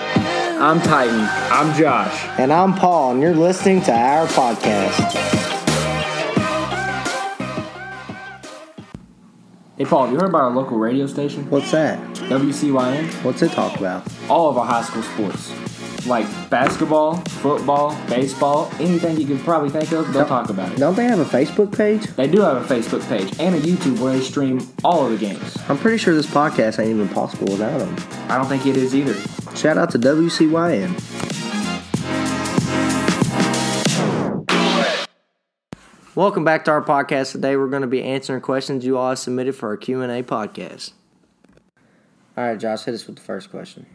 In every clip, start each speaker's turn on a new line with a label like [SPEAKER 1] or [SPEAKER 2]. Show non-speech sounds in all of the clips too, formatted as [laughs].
[SPEAKER 1] I'm Titan.
[SPEAKER 2] I'm Josh.
[SPEAKER 3] And I'm Paul, and you're listening to our podcast.
[SPEAKER 1] Hey, Paul, have you heard about our local radio station,
[SPEAKER 3] What's that?
[SPEAKER 1] WCYN?
[SPEAKER 3] What's it talk about?
[SPEAKER 1] All of our high school sports, like basketball, football, baseball, anything you could probably think of, they'll talk about it.
[SPEAKER 3] Don't they have a Facebook page?
[SPEAKER 1] They do have a Facebook page and a YouTube where they stream all of the games.
[SPEAKER 3] I'm pretty sure this podcast ain't even possible without them.
[SPEAKER 1] I don't think it is either.
[SPEAKER 3] Shout out to WCYN. Welcome back to our podcast. Today we're going to be answering questions you all have submitted for our Q&A podcast. All right, Josh, hit us with the first question.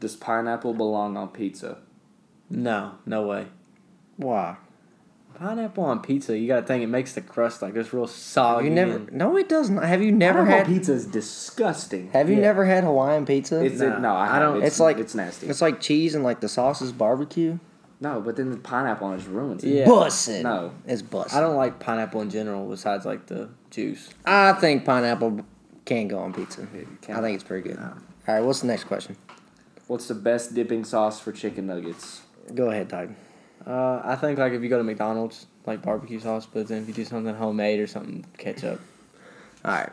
[SPEAKER 1] Does pineapple belong on pizza?
[SPEAKER 4] No, no way.
[SPEAKER 3] Why?
[SPEAKER 4] Pineapple on pizza, you gotta think it makes the crust like this real soggy.
[SPEAKER 3] You never
[SPEAKER 4] and-
[SPEAKER 3] No, it doesn't. Have you never
[SPEAKER 1] Pineapple
[SPEAKER 3] had
[SPEAKER 1] pizza is disgusting.
[SPEAKER 3] Have you
[SPEAKER 4] Yeah.
[SPEAKER 3] never had Hawaiian pizza?
[SPEAKER 1] It's
[SPEAKER 4] Nah,
[SPEAKER 1] it, no, I,
[SPEAKER 4] I
[SPEAKER 1] don't.
[SPEAKER 4] don't-
[SPEAKER 1] It's,
[SPEAKER 3] It's like-
[SPEAKER 1] it's nasty.
[SPEAKER 3] It's like cheese and like the sauce is barbecue.
[SPEAKER 1] no, but then the pineapple on it just ruins it.
[SPEAKER 4] Yeah.
[SPEAKER 3] Bussin'.
[SPEAKER 1] No.
[SPEAKER 3] It's bussin'.
[SPEAKER 4] I don't like pineapple in general besides like the juice.
[SPEAKER 3] I think pineapple can go on pizza.
[SPEAKER 1] can.
[SPEAKER 3] I think it's pretty good. All right, what's the next question?
[SPEAKER 1] What's the best dipping sauce for chicken nuggets?
[SPEAKER 3] Go ahead, Titan.
[SPEAKER 4] Uh, I think like if you go to McDonald's, like barbecue sauce, but then if you do something homemade or something, ketchup.
[SPEAKER 3] All right.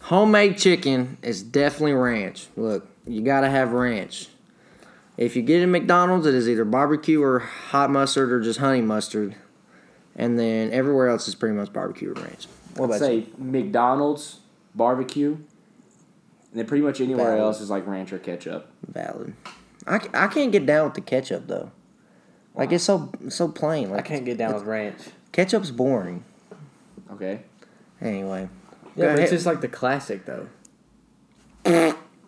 [SPEAKER 3] Homemade chicken is definitely ranch. Look, you gotta have ranch. If you get it at McDonald's, it is either barbecue or hot mustard or just honey mustard. And then everywhere else is pretty much barbecue or ranch. What
[SPEAKER 1] I'd
[SPEAKER 3] about you?
[SPEAKER 1] say McDonald's barbecue, and then pretty much anywhere
[SPEAKER 3] Valid.
[SPEAKER 1] else is like ranch or ketchup.
[SPEAKER 3] Valid. I, c- I can't get down with the ketchup though. Like it's so so plain. Like
[SPEAKER 4] I can't get down with ranch.
[SPEAKER 3] ketchup's boring.
[SPEAKER 1] Okay,
[SPEAKER 3] Anyway, Go
[SPEAKER 4] Yeah, but
[SPEAKER 3] ahead.
[SPEAKER 4] it's just like the classic though.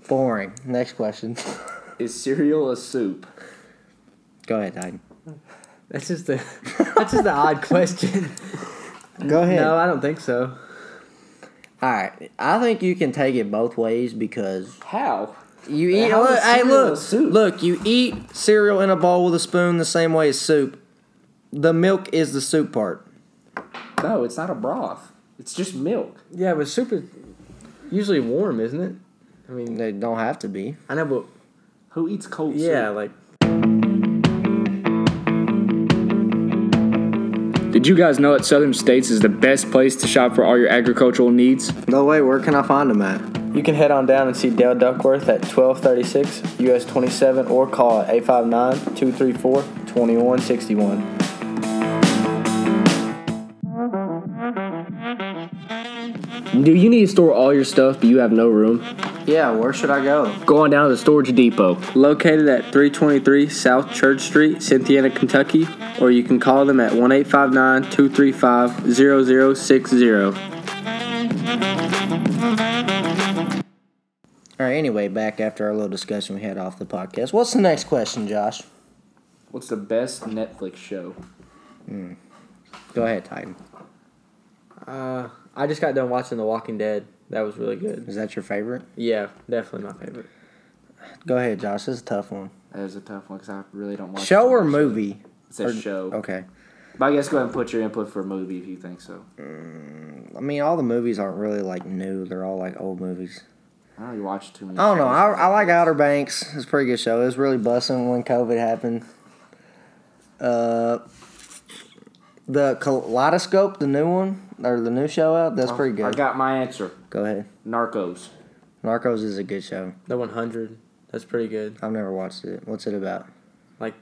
[SPEAKER 3] boring. Next question. [laughs]
[SPEAKER 1] is cereal a soup?
[SPEAKER 3] Go ahead, Titan.
[SPEAKER 4] That's just the that's [laughs] just the odd question.
[SPEAKER 3] Go ahead.
[SPEAKER 4] No, I don't think so.
[SPEAKER 3] All right. I think you can take it both ways because
[SPEAKER 1] How?
[SPEAKER 3] you eat.
[SPEAKER 1] how is
[SPEAKER 3] Look, hey,
[SPEAKER 1] cereal
[SPEAKER 3] look,
[SPEAKER 1] a soup?
[SPEAKER 3] look. You eat cereal in a bowl with a spoon the same way as soup. The milk is the soup part.
[SPEAKER 1] No, it's not a broth. It's just milk.
[SPEAKER 4] Yeah, but soup is usually warm, isn't it? I mean,
[SPEAKER 3] They don't have to be.
[SPEAKER 4] I know, but
[SPEAKER 1] Who eats cold
[SPEAKER 4] yeah,
[SPEAKER 1] soup?
[SPEAKER 4] like
[SPEAKER 5] Did you guys know that Southern States is the best place to shop for all your agricultural needs?
[SPEAKER 3] No way. Where can I find them at?
[SPEAKER 4] You can head on down and see Dale Duckworth at 1236 US 27 or call at 859 234 2161.
[SPEAKER 5] Do you need to store all your stuff but you have no room?
[SPEAKER 3] Yeah. Where should I go?
[SPEAKER 5] Go on down to the Storage Depot.
[SPEAKER 4] Located at 323 South Church Street, Cynthiana, Kentucky, or you can call them at 1 859 235 0060.
[SPEAKER 3] All right. Anyway, back after our little discussion we had off the podcast. What's the next question, Josh?
[SPEAKER 1] What's the best Netflix show?
[SPEAKER 3] Go ahead, Titan.
[SPEAKER 4] Uh, I just got done watching The Walking Dead. That was really good.
[SPEAKER 3] Is that your favorite?
[SPEAKER 4] Yeah, definitely my favorite.
[SPEAKER 3] Go ahead, Josh. This is a tough one.
[SPEAKER 1] That is a tough one because I really don't watch.
[SPEAKER 3] Show
[SPEAKER 1] too
[SPEAKER 3] or
[SPEAKER 1] much.
[SPEAKER 3] movie?
[SPEAKER 1] It says show.
[SPEAKER 3] Okay.
[SPEAKER 1] But I guess go ahead and put your input for a movie if you think so.
[SPEAKER 3] I mean, all the movies aren't really like new. They're all like old movies.
[SPEAKER 1] I don't really watch too many.
[SPEAKER 3] I don't know.
[SPEAKER 1] shows.
[SPEAKER 3] I, I like Outer Banks. It's a pretty good show. It was really busting when COVID happened. Uh, the Kaleidoscope, the new one or the new show out. That's pretty
[SPEAKER 1] Oh, I
[SPEAKER 3] good.
[SPEAKER 1] got my answer.
[SPEAKER 3] Go ahead.
[SPEAKER 1] Narcos.
[SPEAKER 3] Narcos is a good show.
[SPEAKER 4] The 100. That's pretty good.
[SPEAKER 3] I've never watched it. What's it about?
[SPEAKER 4] Like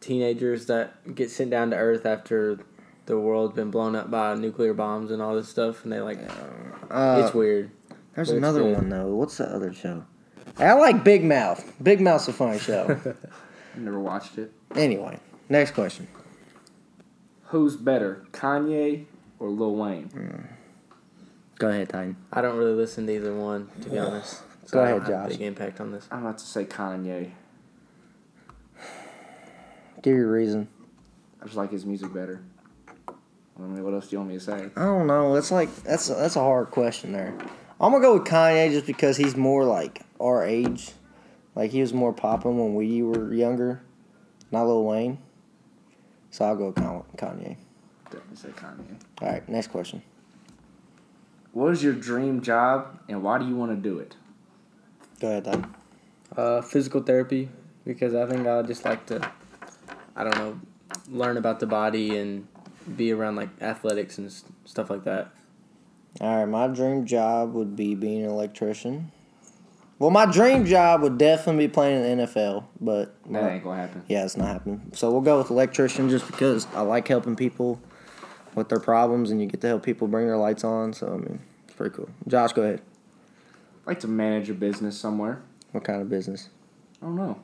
[SPEAKER 4] teenagers that get sent down to earth after the world's been blown up by nuclear bombs and all this stuff, and they like.
[SPEAKER 3] Uh,
[SPEAKER 4] it's weird.
[SPEAKER 3] There's
[SPEAKER 4] But it's
[SPEAKER 3] another
[SPEAKER 4] good.
[SPEAKER 3] one though. What's the other show? I like Big Mouth. Big Mouth's a funny show.
[SPEAKER 1] I never watched it.
[SPEAKER 3] anyway, next question.
[SPEAKER 1] Who's better, Kanye or Lil Wayne?
[SPEAKER 3] Hmm. Go ahead, Titan.
[SPEAKER 4] I don't really listen to either one, to be honest.
[SPEAKER 3] Go
[SPEAKER 4] I don't
[SPEAKER 3] ahead,
[SPEAKER 4] have a
[SPEAKER 3] Josh.
[SPEAKER 4] Big impact on this.
[SPEAKER 1] I'm about to say Kanye.
[SPEAKER 3] Give your reason.
[SPEAKER 1] I just like his music better. I mean, what else do you want me to say?
[SPEAKER 3] I don't know. It's like that's that's a hard question there. I'm gonna go with Kanye just because he's more like our age. Like he was more popping when we were younger, not Lil Wayne. So I'll go with Con- Kanye.
[SPEAKER 1] Definitely say Kanye.
[SPEAKER 3] All right, next question.
[SPEAKER 1] What is your dream job and why do you want to do it?
[SPEAKER 3] Go ahead, Doug.
[SPEAKER 4] Uh, physical therapy, because I think I would just like to, I don't know, learn about the body and be around like athletics and s- stuff like that.
[SPEAKER 3] All right, my dream job would be being an electrician. Well, my dream job would definitely be playing in the NFL, but
[SPEAKER 1] That ain't gonna happen.
[SPEAKER 3] yeah, it's not happening. So we'll go with electrician just because I like helping people with their problems, and you get to help people bring their lights on. So I mean, it's pretty cool. Josh, go ahead.
[SPEAKER 1] I'd like to manage a business somewhere.
[SPEAKER 3] What kind of business?
[SPEAKER 1] I don't know.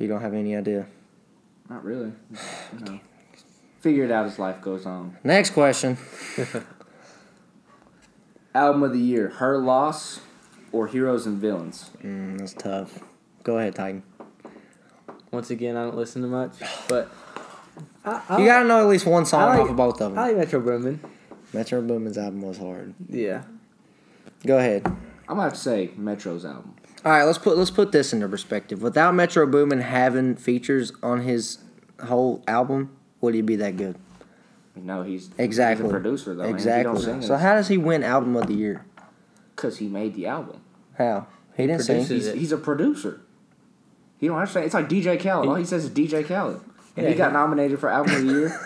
[SPEAKER 3] You don't have any idea.
[SPEAKER 1] Not
[SPEAKER 3] [sighs]
[SPEAKER 1] really. No. Figure it out as life goes on.
[SPEAKER 3] Next question.
[SPEAKER 1] Album of the year: Her Loss or Heroes and Villains.
[SPEAKER 3] Mm, that's tough. Go ahead, Titan.
[SPEAKER 4] Once again, I don't listen to much, but I, I,
[SPEAKER 3] You gotta know at least one song
[SPEAKER 4] Oh. I like-
[SPEAKER 3] off of both of
[SPEAKER 4] I
[SPEAKER 3] them.
[SPEAKER 4] like Metro Boomin.
[SPEAKER 3] Metro Boomin's album was hard.
[SPEAKER 4] Yeah,
[SPEAKER 3] Go ahead.
[SPEAKER 1] I'm gonna have to say Metro's album.
[SPEAKER 3] All right, let's put let's put this into perspective. Without Metro Boomin having features on his whole album, would he be that good?
[SPEAKER 1] No, he's
[SPEAKER 3] Exactly.
[SPEAKER 1] he's a producer though.
[SPEAKER 3] exactly. So how does he win album of the year?
[SPEAKER 1] Because he made the album.
[SPEAKER 3] How he didn't
[SPEAKER 4] produces
[SPEAKER 3] sing.
[SPEAKER 1] He's,
[SPEAKER 4] it.
[SPEAKER 1] he's a producer. He don't understand. It's like DJ Khaled. All he says is DJ Khaled. And he
[SPEAKER 4] Yeah,
[SPEAKER 1] got
[SPEAKER 4] he-
[SPEAKER 1] nominated for album of the
[SPEAKER 3] [laughs]
[SPEAKER 1] year.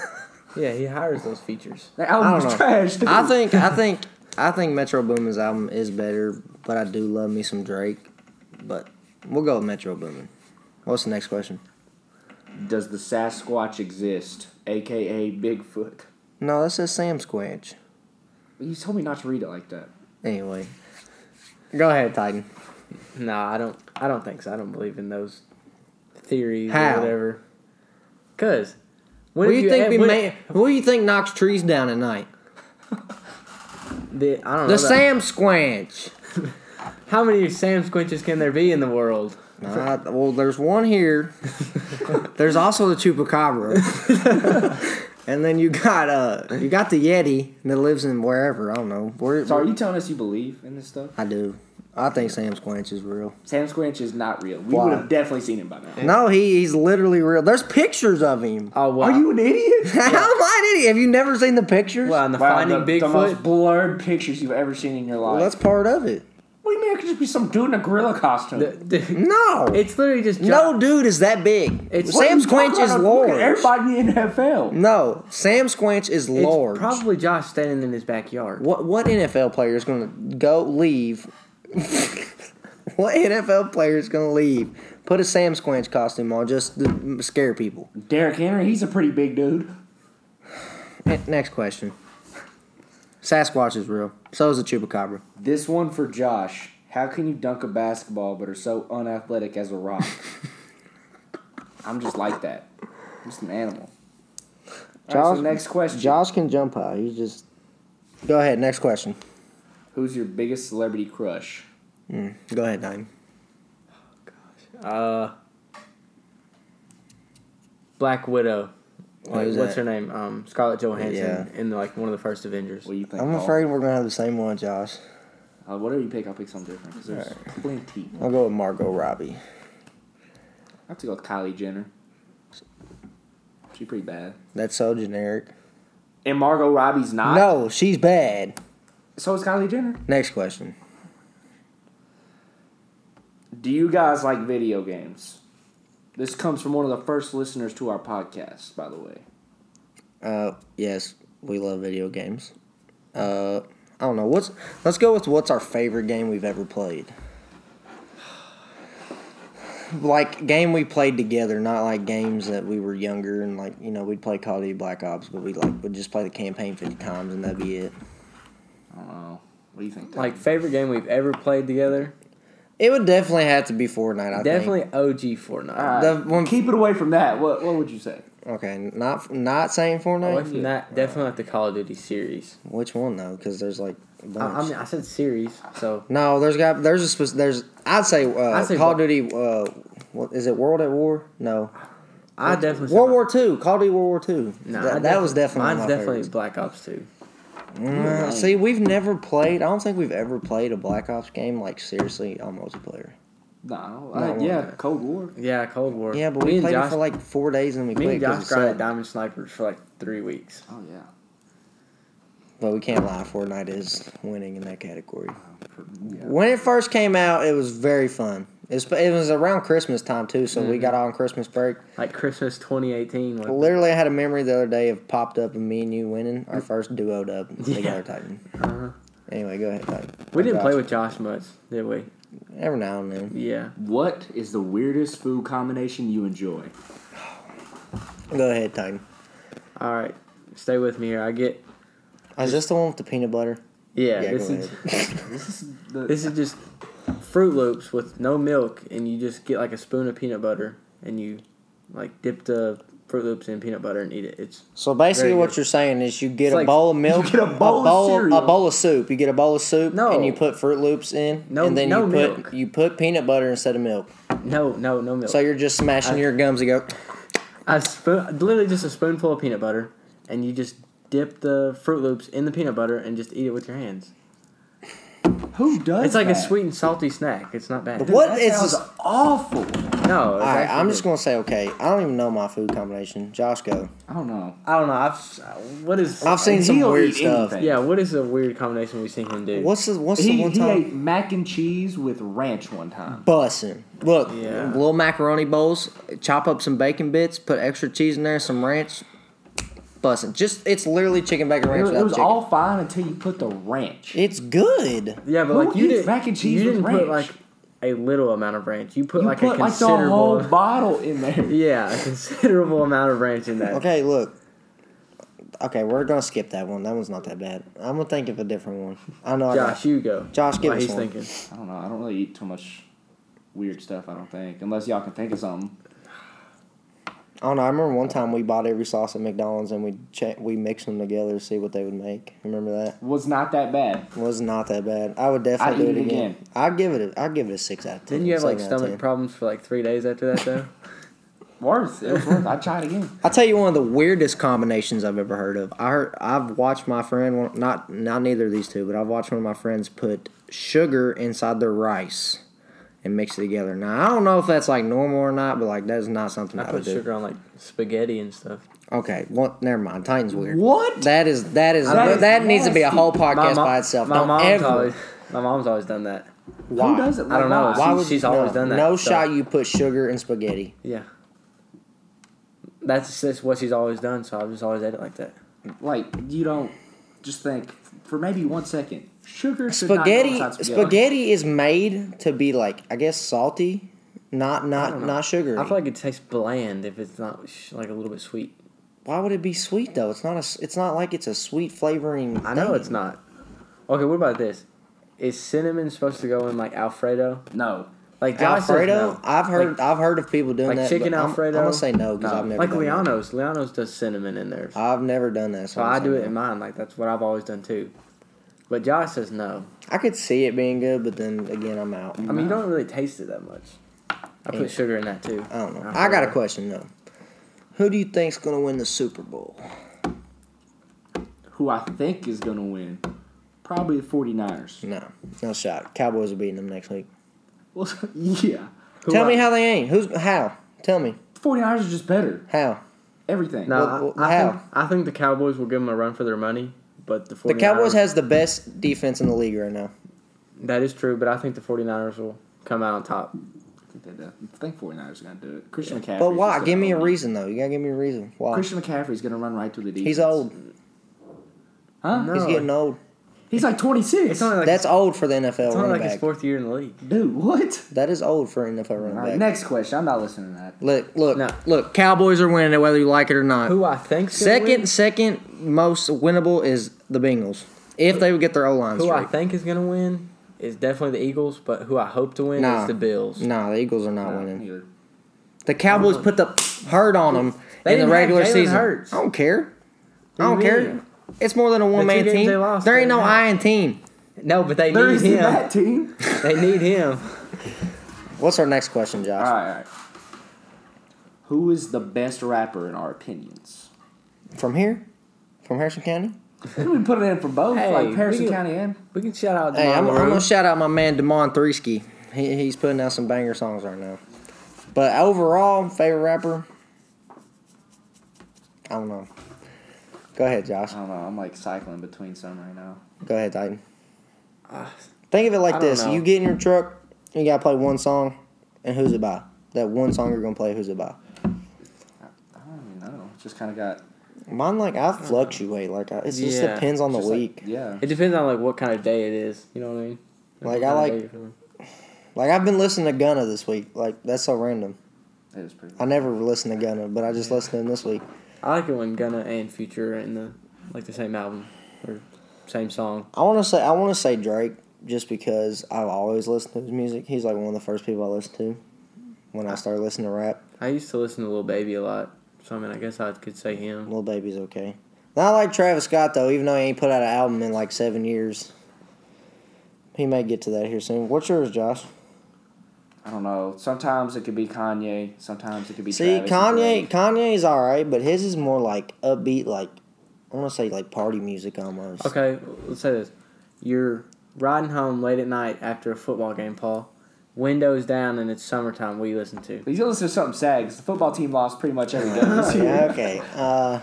[SPEAKER 4] yeah, he hires those features.
[SPEAKER 1] That
[SPEAKER 3] I
[SPEAKER 1] album
[SPEAKER 3] don't
[SPEAKER 1] was
[SPEAKER 3] know.
[SPEAKER 1] trash. Dude.
[SPEAKER 3] I think I think I think Metro Boomin's album is better, but I do love me some Drake. But we'll go with Metro Boomin. What's the next question?
[SPEAKER 1] Does the Sasquatch exist, aka Bigfoot?
[SPEAKER 3] No, that says Sam Squanch.
[SPEAKER 1] You told me not to read it like that.
[SPEAKER 3] Anyway, go ahead, Titan.
[SPEAKER 4] No, I don't. I don't think so. I don't believe in those theories
[SPEAKER 3] How?
[SPEAKER 4] or whatever. Cause
[SPEAKER 3] What
[SPEAKER 4] when
[SPEAKER 3] do you think we
[SPEAKER 4] when-
[SPEAKER 3] ma- What do you think knocks trees down at night?
[SPEAKER 4] The, I don't know.
[SPEAKER 3] The
[SPEAKER 4] that-
[SPEAKER 3] Sam Squanch.
[SPEAKER 4] How many Sam Squinches can there be in the world?
[SPEAKER 3] Uh, well, there's
[SPEAKER 1] [laughs]
[SPEAKER 3] one here. there's also the chupacabra, and then you got uh, you got the yeti that lives in wherever I don't know. Where,
[SPEAKER 1] So are you telling us you believe in this stuff?
[SPEAKER 3] I do. I think Sam Squanch is real.
[SPEAKER 1] Sam Squinch is not real. We
[SPEAKER 3] Why?
[SPEAKER 1] would have definitely seen him by now.
[SPEAKER 3] No, he, he's literally real. There's pictures of him.
[SPEAKER 4] Oh wow!
[SPEAKER 1] Are you an idiot?
[SPEAKER 3] [laughs] How am I an idiot? Have you never seen the pictures?
[SPEAKER 4] wow? And the
[SPEAKER 1] Wow,
[SPEAKER 4] finding
[SPEAKER 1] the, the
[SPEAKER 4] Bigfoot.
[SPEAKER 1] most blurred pictures you've ever seen in your life.
[SPEAKER 3] Well, that's part of it.
[SPEAKER 1] what do you mean? It could just be some dude in a gorilla costume.
[SPEAKER 4] The- the-
[SPEAKER 3] No,
[SPEAKER 4] it's literally just
[SPEAKER 3] no dude is that big.
[SPEAKER 4] It's-
[SPEAKER 1] What are
[SPEAKER 3] Sam
[SPEAKER 1] you talking
[SPEAKER 3] Squanch is
[SPEAKER 1] about? Look at
[SPEAKER 3] large.
[SPEAKER 1] Everybody in the NFL.
[SPEAKER 3] No, Sam Squanch is
[SPEAKER 4] It's
[SPEAKER 3] large.
[SPEAKER 4] probably Josh standing in his backyard.
[SPEAKER 3] What what NFL player is going to go leave? [laughs] what NFL player is going to leave? Put a Sam Squanch costume on just to scare people.
[SPEAKER 1] Derrick Henry, he's a pretty big dude.
[SPEAKER 3] Eh, Next question. Sasquatch is real. So is the chupacabra.
[SPEAKER 1] This one for Josh. How can you dunk a basketball but are so unathletic as a [laughs] rock? I'm just like that. I'm just an animal. Josh,
[SPEAKER 3] Josh-
[SPEAKER 1] next question.
[SPEAKER 3] Josh can jump high. He's just. Go ahead. Next question.
[SPEAKER 1] Who's your biggest celebrity crush?
[SPEAKER 3] Go ahead, Nine.
[SPEAKER 4] Uh, Black Widow. Like,
[SPEAKER 3] Who's
[SPEAKER 4] what's
[SPEAKER 3] that?
[SPEAKER 4] her name? Um, Scarlett Johansson
[SPEAKER 3] Yeah.
[SPEAKER 4] in like one of the first Avengers.
[SPEAKER 1] What do you think?
[SPEAKER 3] I'm
[SPEAKER 1] Paul?
[SPEAKER 3] afraid we're gonna have the same one, Josh.
[SPEAKER 1] Uh, whatever you pick, I'll pick something different. 'cause there's plenty.
[SPEAKER 3] I'll go with Margot Robbie.
[SPEAKER 1] I have to go with Kylie Jenner. She's pretty bad.
[SPEAKER 3] That's so generic.
[SPEAKER 1] And Margot Robbie's not.
[SPEAKER 3] No, she's bad.
[SPEAKER 1] So is Kylie Jenner.
[SPEAKER 3] Next question.
[SPEAKER 1] Do you guys like video games? This comes from one of the first listeners to our podcast, by the way.
[SPEAKER 3] Uh, yes, we love video games. Uh, I don't know what's. Let's go with what's our favorite game we've ever played. Like game we played together, not like games that we were younger and like you know we'd play Call of Duty Black Ops, but we like would just play the campaign fifty times and that'd be it.
[SPEAKER 1] I don't know. What do you think? Tom?
[SPEAKER 4] Like favorite game we've ever played together.
[SPEAKER 3] It would definitely have to be Fortnite. I Ah,
[SPEAKER 4] Definitely OG Fortnite.
[SPEAKER 1] All right.
[SPEAKER 3] the one-
[SPEAKER 1] keep it away from that. What What would you say?
[SPEAKER 3] think. Okay, not not saying
[SPEAKER 4] Away
[SPEAKER 3] Fortnite.
[SPEAKER 4] from that, definitely like the Call of Duty series.
[SPEAKER 3] Which one though? Because there's like a
[SPEAKER 4] I,
[SPEAKER 3] bunch.
[SPEAKER 4] I mean, I said series, so
[SPEAKER 3] No, there's got there's a spec- there's I'd say, uh,
[SPEAKER 4] I'd say
[SPEAKER 3] Call of
[SPEAKER 4] wo-
[SPEAKER 3] Duty. Uh, what is it? World at War? No,
[SPEAKER 4] I definitely said
[SPEAKER 3] World
[SPEAKER 4] my-
[SPEAKER 3] War Two. Call of Duty World War Two.
[SPEAKER 4] Nah, I
[SPEAKER 3] that, that was definitely
[SPEAKER 4] mine's
[SPEAKER 3] my
[SPEAKER 4] definitely
[SPEAKER 3] favorites.
[SPEAKER 4] Black Ops Two.
[SPEAKER 3] Uh, see, we've never played. I don't think we've ever played a Black Ops game like seriously on multiplayer.
[SPEAKER 1] No.
[SPEAKER 3] No,
[SPEAKER 1] I,
[SPEAKER 3] why
[SPEAKER 1] yeah,
[SPEAKER 3] not?
[SPEAKER 1] Cold War.
[SPEAKER 4] Yeah, Cold War.
[SPEAKER 3] Yeah, but
[SPEAKER 4] me
[SPEAKER 3] we
[SPEAKER 4] and
[SPEAKER 3] played
[SPEAKER 4] Josh,
[SPEAKER 3] it for like four days and we
[SPEAKER 4] me and
[SPEAKER 3] quit. 'cause
[SPEAKER 4] Josh
[SPEAKER 3] it
[SPEAKER 4] grinded
[SPEAKER 3] sucked.
[SPEAKER 4] Diamond Snipers for like three weeks.
[SPEAKER 1] Oh yeah.
[SPEAKER 3] But we can't lie, Fortnite is winning in that category.
[SPEAKER 1] Yeah.
[SPEAKER 3] When it first came out, it was very fun. It's, it was around Christmas time too, so
[SPEAKER 4] Mm-hmm.
[SPEAKER 3] we got on Christmas break.
[SPEAKER 4] Like Christmas 2018. Like,
[SPEAKER 3] Literally, I had a memory the other day of popped up and me and you winning our first duo
[SPEAKER 4] [laughs]
[SPEAKER 3] dub together, Titan. Anyway, go ahead, Titan.
[SPEAKER 4] Uh-huh. we didn't
[SPEAKER 3] Josh.
[SPEAKER 4] play with Josh much, did we?
[SPEAKER 3] every now and then.
[SPEAKER 4] Yeah.
[SPEAKER 1] What is the weirdest food combination you [laughs] enjoy?
[SPEAKER 3] Go ahead, Titan.
[SPEAKER 4] All right. Stay with me here. I get.
[SPEAKER 3] Is this the one with the peanut butter?
[SPEAKER 4] Yeah.
[SPEAKER 3] Yeah,
[SPEAKER 4] this
[SPEAKER 3] go
[SPEAKER 4] is
[SPEAKER 1] This is the
[SPEAKER 4] this is just Fruit Loops with no milk, and you just get like a spoon of peanut butter, and you like dip the Fruit Loops in peanut butter and eat it. It's
[SPEAKER 3] So basically,
[SPEAKER 4] Very
[SPEAKER 3] what
[SPEAKER 4] good.
[SPEAKER 3] you're saying is you get
[SPEAKER 4] It's
[SPEAKER 3] a
[SPEAKER 4] like-
[SPEAKER 3] bowl of milk,
[SPEAKER 1] you get a bowl of cereal.
[SPEAKER 3] a bowl of soup. You get a bowl of soup,
[SPEAKER 4] No.
[SPEAKER 3] and you put Fruit Loops in,
[SPEAKER 4] No-
[SPEAKER 3] and then
[SPEAKER 4] no
[SPEAKER 3] you put
[SPEAKER 4] milk.
[SPEAKER 3] you put peanut butter instead of milk.
[SPEAKER 4] no, no, no milk.
[SPEAKER 3] So you're just smashing your gums and go.
[SPEAKER 4] a spoon, literally just a spoonful of peanut butter, and you just dip the Fruit Loops in the peanut butter and just eat it with your hands.
[SPEAKER 1] who does?
[SPEAKER 4] It's like a
[SPEAKER 1] that?
[SPEAKER 4] sweet and salty snack. It's not bad.
[SPEAKER 3] What
[SPEAKER 1] That
[SPEAKER 3] is
[SPEAKER 1] sounds
[SPEAKER 3] this-
[SPEAKER 1] awful.
[SPEAKER 4] No.
[SPEAKER 3] All right, I'm just gonna say okay. I don't even know my food combination. Josh, go.
[SPEAKER 1] I don't know.
[SPEAKER 4] I don't know. I've what is
[SPEAKER 3] I've seen some
[SPEAKER 1] He'll
[SPEAKER 3] weird
[SPEAKER 1] eat
[SPEAKER 3] stuff.
[SPEAKER 1] anything.
[SPEAKER 4] yeah. What is a weird combination we've seen him do?
[SPEAKER 3] What's the what's the
[SPEAKER 1] He,
[SPEAKER 3] one
[SPEAKER 1] he
[SPEAKER 3] time?
[SPEAKER 1] ate mac and cheese with ranch one time.
[SPEAKER 3] Bussin'. Look,
[SPEAKER 4] Yeah.
[SPEAKER 3] little macaroni bowls. Chop up some bacon bits. Put extra cheese in there. Some ranch. Bussin'. Just it's literally chicken bacon
[SPEAKER 1] It
[SPEAKER 3] ranch.
[SPEAKER 1] was,
[SPEAKER 3] without
[SPEAKER 1] it was
[SPEAKER 3] chicken.
[SPEAKER 1] all fine until you put the ranch.
[SPEAKER 3] It's good.
[SPEAKER 4] Yeah, but
[SPEAKER 1] Who
[SPEAKER 4] like you
[SPEAKER 1] eats
[SPEAKER 4] didn't
[SPEAKER 1] mac and cheese
[SPEAKER 4] you
[SPEAKER 1] with
[SPEAKER 4] didn't put
[SPEAKER 1] ranch?
[SPEAKER 4] like a little amount of ranch. You put
[SPEAKER 1] You
[SPEAKER 4] like a
[SPEAKER 1] put like the
[SPEAKER 4] considerable [laughs]
[SPEAKER 1] whole bottle in there.
[SPEAKER 4] yeah, a considerable amount of ranch in that.
[SPEAKER 3] Okay, look. Okay, we're gonna skip that one. That one's not that bad. I'm gonna think of a different one. I know. I got-
[SPEAKER 4] Josh, you go.
[SPEAKER 3] Josh, give
[SPEAKER 4] While
[SPEAKER 3] us
[SPEAKER 4] he's
[SPEAKER 3] one.
[SPEAKER 4] thinking.
[SPEAKER 1] I don't know. I don't really eat too much weird stuff. I don't think, unless y'all can think of something.
[SPEAKER 3] I don't know. I remember one time we bought every sauce at McDonald's and we check we mixed them together to see what they would make. Remember that?
[SPEAKER 1] Was not that bad.
[SPEAKER 3] It was not that bad. I would
[SPEAKER 1] I'd
[SPEAKER 3] definitely do
[SPEAKER 1] eat
[SPEAKER 3] it
[SPEAKER 1] it
[SPEAKER 3] again.
[SPEAKER 1] again.
[SPEAKER 3] I'd give it. A, I'd give it a six out of ten.
[SPEAKER 4] Didn't you have like
[SPEAKER 3] seven out of
[SPEAKER 4] stomach
[SPEAKER 3] 10.
[SPEAKER 4] problems for like three days after that though?
[SPEAKER 1] Worth. It was worth. I'd try it again.
[SPEAKER 3] I'll tell you one of the weirdest combinations I've ever heard of. I heard, I've watched my friend one- not not neither of these two, but I've watched one of my friends put sugar inside their rice and mix it together. Now I don't know if that's like normal or not, but like that's not something
[SPEAKER 4] [laughs] I
[SPEAKER 3] I,
[SPEAKER 4] put
[SPEAKER 3] would
[SPEAKER 4] sugar on like spaghetti and stuff.
[SPEAKER 3] do. Okay, well, never mind. Titan's weird.
[SPEAKER 1] What?
[SPEAKER 3] That is that is that,
[SPEAKER 1] That is
[SPEAKER 3] needs to be a
[SPEAKER 1] nasty.
[SPEAKER 3] whole podcast by itself.
[SPEAKER 4] My
[SPEAKER 3] Don't
[SPEAKER 4] mom's
[SPEAKER 3] ever.
[SPEAKER 4] always my mom's always done that.
[SPEAKER 3] why?
[SPEAKER 1] Who does it?
[SPEAKER 4] I don't know.
[SPEAKER 1] Like,
[SPEAKER 4] Why
[SPEAKER 1] why?
[SPEAKER 4] would- she's always
[SPEAKER 3] no,
[SPEAKER 4] done that,
[SPEAKER 3] No
[SPEAKER 4] so-
[SPEAKER 3] shot. You put sugar in spaghetti.
[SPEAKER 4] Yeah. That's just what she's always done, so I've just always ate it like that.
[SPEAKER 1] Like you don't just think for maybe one second. Sugar should not go
[SPEAKER 3] spaghetti
[SPEAKER 1] inside
[SPEAKER 3] spaghetti is made to be like I guess salty, not not
[SPEAKER 4] don't know.
[SPEAKER 3] not sugary.
[SPEAKER 4] I feel like it tastes bland if it's not sh- like a little bit sweet.
[SPEAKER 3] Why would it be sweet though? It's not a. s- It's not like it's a sweet flavoring.
[SPEAKER 4] I know
[SPEAKER 3] thing.
[SPEAKER 4] it's not. Okay, what about this? Is cinnamon supposed to go in like Alfredo?
[SPEAKER 1] No.
[SPEAKER 4] Like Josh says
[SPEAKER 3] Alfredo.
[SPEAKER 4] no.
[SPEAKER 3] I've heard. I've heard of people doing
[SPEAKER 4] like
[SPEAKER 3] that.
[SPEAKER 4] chicken
[SPEAKER 3] but I'm-
[SPEAKER 4] Alfredo.
[SPEAKER 3] I'm, gonna say no because I've never.
[SPEAKER 4] like
[SPEAKER 3] done
[SPEAKER 4] Leano's. Leano's does cinnamon in theirs.
[SPEAKER 3] That. I've never done that.
[SPEAKER 4] so
[SPEAKER 3] I'm
[SPEAKER 4] Oh, I
[SPEAKER 3] saying
[SPEAKER 4] do it in
[SPEAKER 3] no.
[SPEAKER 4] mine. Like that's what I've always done too. But Josh says no.
[SPEAKER 3] I could see it being good, but then again, I'm out.
[SPEAKER 4] I mean, you don't really taste it that much. I put sugar in that too.
[SPEAKER 3] I don't know. I got a question though. Who do you think's gonna win the Super Bowl?
[SPEAKER 1] Who I think is gonna win? Probably the 49ers.
[SPEAKER 3] No, no shot. Cowboys are beating them next week.
[SPEAKER 1] Well, [laughs] yeah.
[SPEAKER 4] Who
[SPEAKER 3] Tell me
[SPEAKER 4] I-
[SPEAKER 3] how they ain't. Who's how? Tell me
[SPEAKER 1] 49ers are just better.
[SPEAKER 3] how.
[SPEAKER 1] Everything.
[SPEAKER 4] No,
[SPEAKER 3] Well,
[SPEAKER 4] I, I
[SPEAKER 3] how?
[SPEAKER 4] think I think the Cowboys will give them a run for their money, but the 49ers,
[SPEAKER 3] The Cowboys has the best defense in the league right now.
[SPEAKER 4] that is true, but I think the 49ers will come out on top.
[SPEAKER 1] I think, they do. I think 49ers are going to do it. Christian McCaffrey.
[SPEAKER 3] But why? Give me a reason though. You gotta give me a reason. Why?
[SPEAKER 1] Christian McCaffrey's going to run right through the defense.
[SPEAKER 3] He's old.
[SPEAKER 1] Huh?
[SPEAKER 4] No.
[SPEAKER 3] He's getting old.
[SPEAKER 1] He's like 26.
[SPEAKER 4] It's only like
[SPEAKER 3] That's old for the
[SPEAKER 4] it's
[SPEAKER 3] NFL
[SPEAKER 4] only
[SPEAKER 3] running
[SPEAKER 4] like his
[SPEAKER 3] back.
[SPEAKER 4] fourth year in the league.
[SPEAKER 1] Dude, what?
[SPEAKER 3] That is old for an NFL running
[SPEAKER 1] All right,
[SPEAKER 3] back.
[SPEAKER 1] next question. I'm not listening to that.
[SPEAKER 3] Look, look,
[SPEAKER 4] No.
[SPEAKER 3] look. Cowboys are winning it whether you like it or not.
[SPEAKER 4] Who I think's gonna
[SPEAKER 3] second,
[SPEAKER 4] win,
[SPEAKER 3] second most winnable is the Bengals if they would get their O line
[SPEAKER 4] who I
[SPEAKER 3] straight.
[SPEAKER 4] think is gonna win is definitely the Eagles, but who I hope to win
[SPEAKER 3] Nah.
[SPEAKER 4] is the Bills.
[SPEAKER 3] Nah, the Eagles are not
[SPEAKER 1] No,
[SPEAKER 3] winning.
[SPEAKER 1] neither.
[SPEAKER 3] The Cowboys put the hurt on them
[SPEAKER 4] They
[SPEAKER 3] in the
[SPEAKER 4] didn't have
[SPEAKER 3] regular
[SPEAKER 4] Jalen
[SPEAKER 3] season.
[SPEAKER 4] Hurts.
[SPEAKER 3] I don't care. I
[SPEAKER 4] What
[SPEAKER 3] don't
[SPEAKER 4] do you
[SPEAKER 3] care.
[SPEAKER 4] mean?
[SPEAKER 3] It's more than a one man
[SPEAKER 4] games
[SPEAKER 3] team.
[SPEAKER 4] they lost,
[SPEAKER 3] there
[SPEAKER 4] they
[SPEAKER 3] ain't no
[SPEAKER 4] didn't
[SPEAKER 3] I
[SPEAKER 4] have-
[SPEAKER 3] in team.
[SPEAKER 4] No, but they
[SPEAKER 1] There
[SPEAKER 4] need
[SPEAKER 1] is
[SPEAKER 4] him.
[SPEAKER 1] that team.
[SPEAKER 4] they need him.
[SPEAKER 3] What's our next question, Josh?
[SPEAKER 1] all right, all right. Who is the best rapper in our opinions?
[SPEAKER 3] From here? From Harrison County?
[SPEAKER 1] Didn't we put it in for both?
[SPEAKER 4] Hey,
[SPEAKER 1] like Harrison
[SPEAKER 4] we can-
[SPEAKER 1] County and?
[SPEAKER 4] We can shout out.
[SPEAKER 3] Hey,
[SPEAKER 4] Hey,
[SPEAKER 3] I'm, I'm gonna shout out my man Damon Threesky. He, he's putting out some banger songs right now. But overall, favorite rapper? I don't know. Go ahead, Josh.
[SPEAKER 1] I
[SPEAKER 4] Uh,
[SPEAKER 1] don't know. I'm like cycling between some right now.
[SPEAKER 3] Go ahead, Titan. Think of it like
[SPEAKER 4] uh, I don't
[SPEAKER 3] this:
[SPEAKER 4] know.
[SPEAKER 3] you get in your truck, you gotta play one song. And who's it by? That one song you're gonna play. Who's it by?
[SPEAKER 1] I don't even know. It's just kind of got.
[SPEAKER 3] Mine like I fluctuate. Like I, it just
[SPEAKER 4] Yeah,
[SPEAKER 3] depends on the
[SPEAKER 1] just like-
[SPEAKER 3] week.
[SPEAKER 1] yeah.
[SPEAKER 4] It depends on like what kind of day it is. You know what I mean?
[SPEAKER 3] Like,
[SPEAKER 4] what
[SPEAKER 3] I
[SPEAKER 4] kind of
[SPEAKER 3] like-
[SPEAKER 4] day you're feeling.
[SPEAKER 3] Like I've been listening to Gunna this week. Like that's so random.
[SPEAKER 1] It is pretty.
[SPEAKER 3] I never listen to Gunna, but I just listened to him this week.
[SPEAKER 4] I like it when Gunna and Future are in the like the same album or same song.
[SPEAKER 3] I want to say I want to say Drake just because I've always listened to his music. He's like one of the first people I listened to when I started listening to rap.
[SPEAKER 4] I used to listen to Lil Baby a lot, so I mean I guess I could say him.
[SPEAKER 3] Little Baby's okay. Not like Travis Scott though, even though he ain't put out an album in like seven years. He may get to that here soon. What's yours, Josh?
[SPEAKER 1] I don't know. Sometimes it could be Kanye. Sometimes it could be.
[SPEAKER 3] See,
[SPEAKER 1] Travis and
[SPEAKER 3] Kanye,
[SPEAKER 1] Drake.
[SPEAKER 3] Kanye's all right, but his is more like upbeat, like I want to say like party music almost.
[SPEAKER 4] Okay, let's say this: You're riding home late at night after a football game, Paul. Windows down and it's summertime. What do you listen to?
[SPEAKER 1] But you listen to something sad 'cause the football team lost pretty much every day. this year.
[SPEAKER 3] [laughs] Yeah, okay. Uh,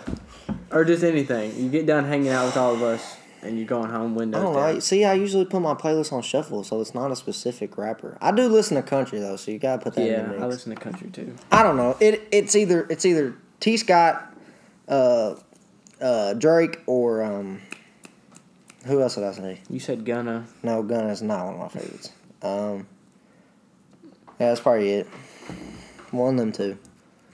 [SPEAKER 4] Or just anything. You get done hanging out with all of us and you're going home.
[SPEAKER 3] I
[SPEAKER 4] Windows
[SPEAKER 3] don't
[SPEAKER 4] down.
[SPEAKER 3] know. See, I usually put my playlist on shuffle, so it's not a specific rapper. I do listen to country though, so you gotta put that in
[SPEAKER 4] Yeah,
[SPEAKER 3] the mix.
[SPEAKER 4] I listen to country too.
[SPEAKER 3] I don't know. It it's either it's either T Scott, uh, uh, Drake, or um, who else did I say?
[SPEAKER 4] You said Gunna.
[SPEAKER 3] No, Gunna is not one of my favorites. Um, yeah, that's probably it. One of them two.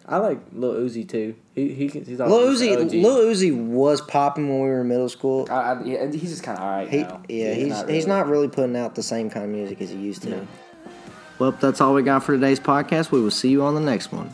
[SPEAKER 4] I like Lil Uzi too. He he can- he's like
[SPEAKER 3] Lil Uzi,
[SPEAKER 4] OG.
[SPEAKER 3] Lil Uzi was popping when we were in middle school.
[SPEAKER 1] I, I, yeah, he's just kind of all right
[SPEAKER 3] He,
[SPEAKER 1] now.
[SPEAKER 3] yeah, he's he's
[SPEAKER 1] really-
[SPEAKER 3] not really putting out the same kind of music as he used to. Well, that's all we got for today's podcast. We will see you on the next one.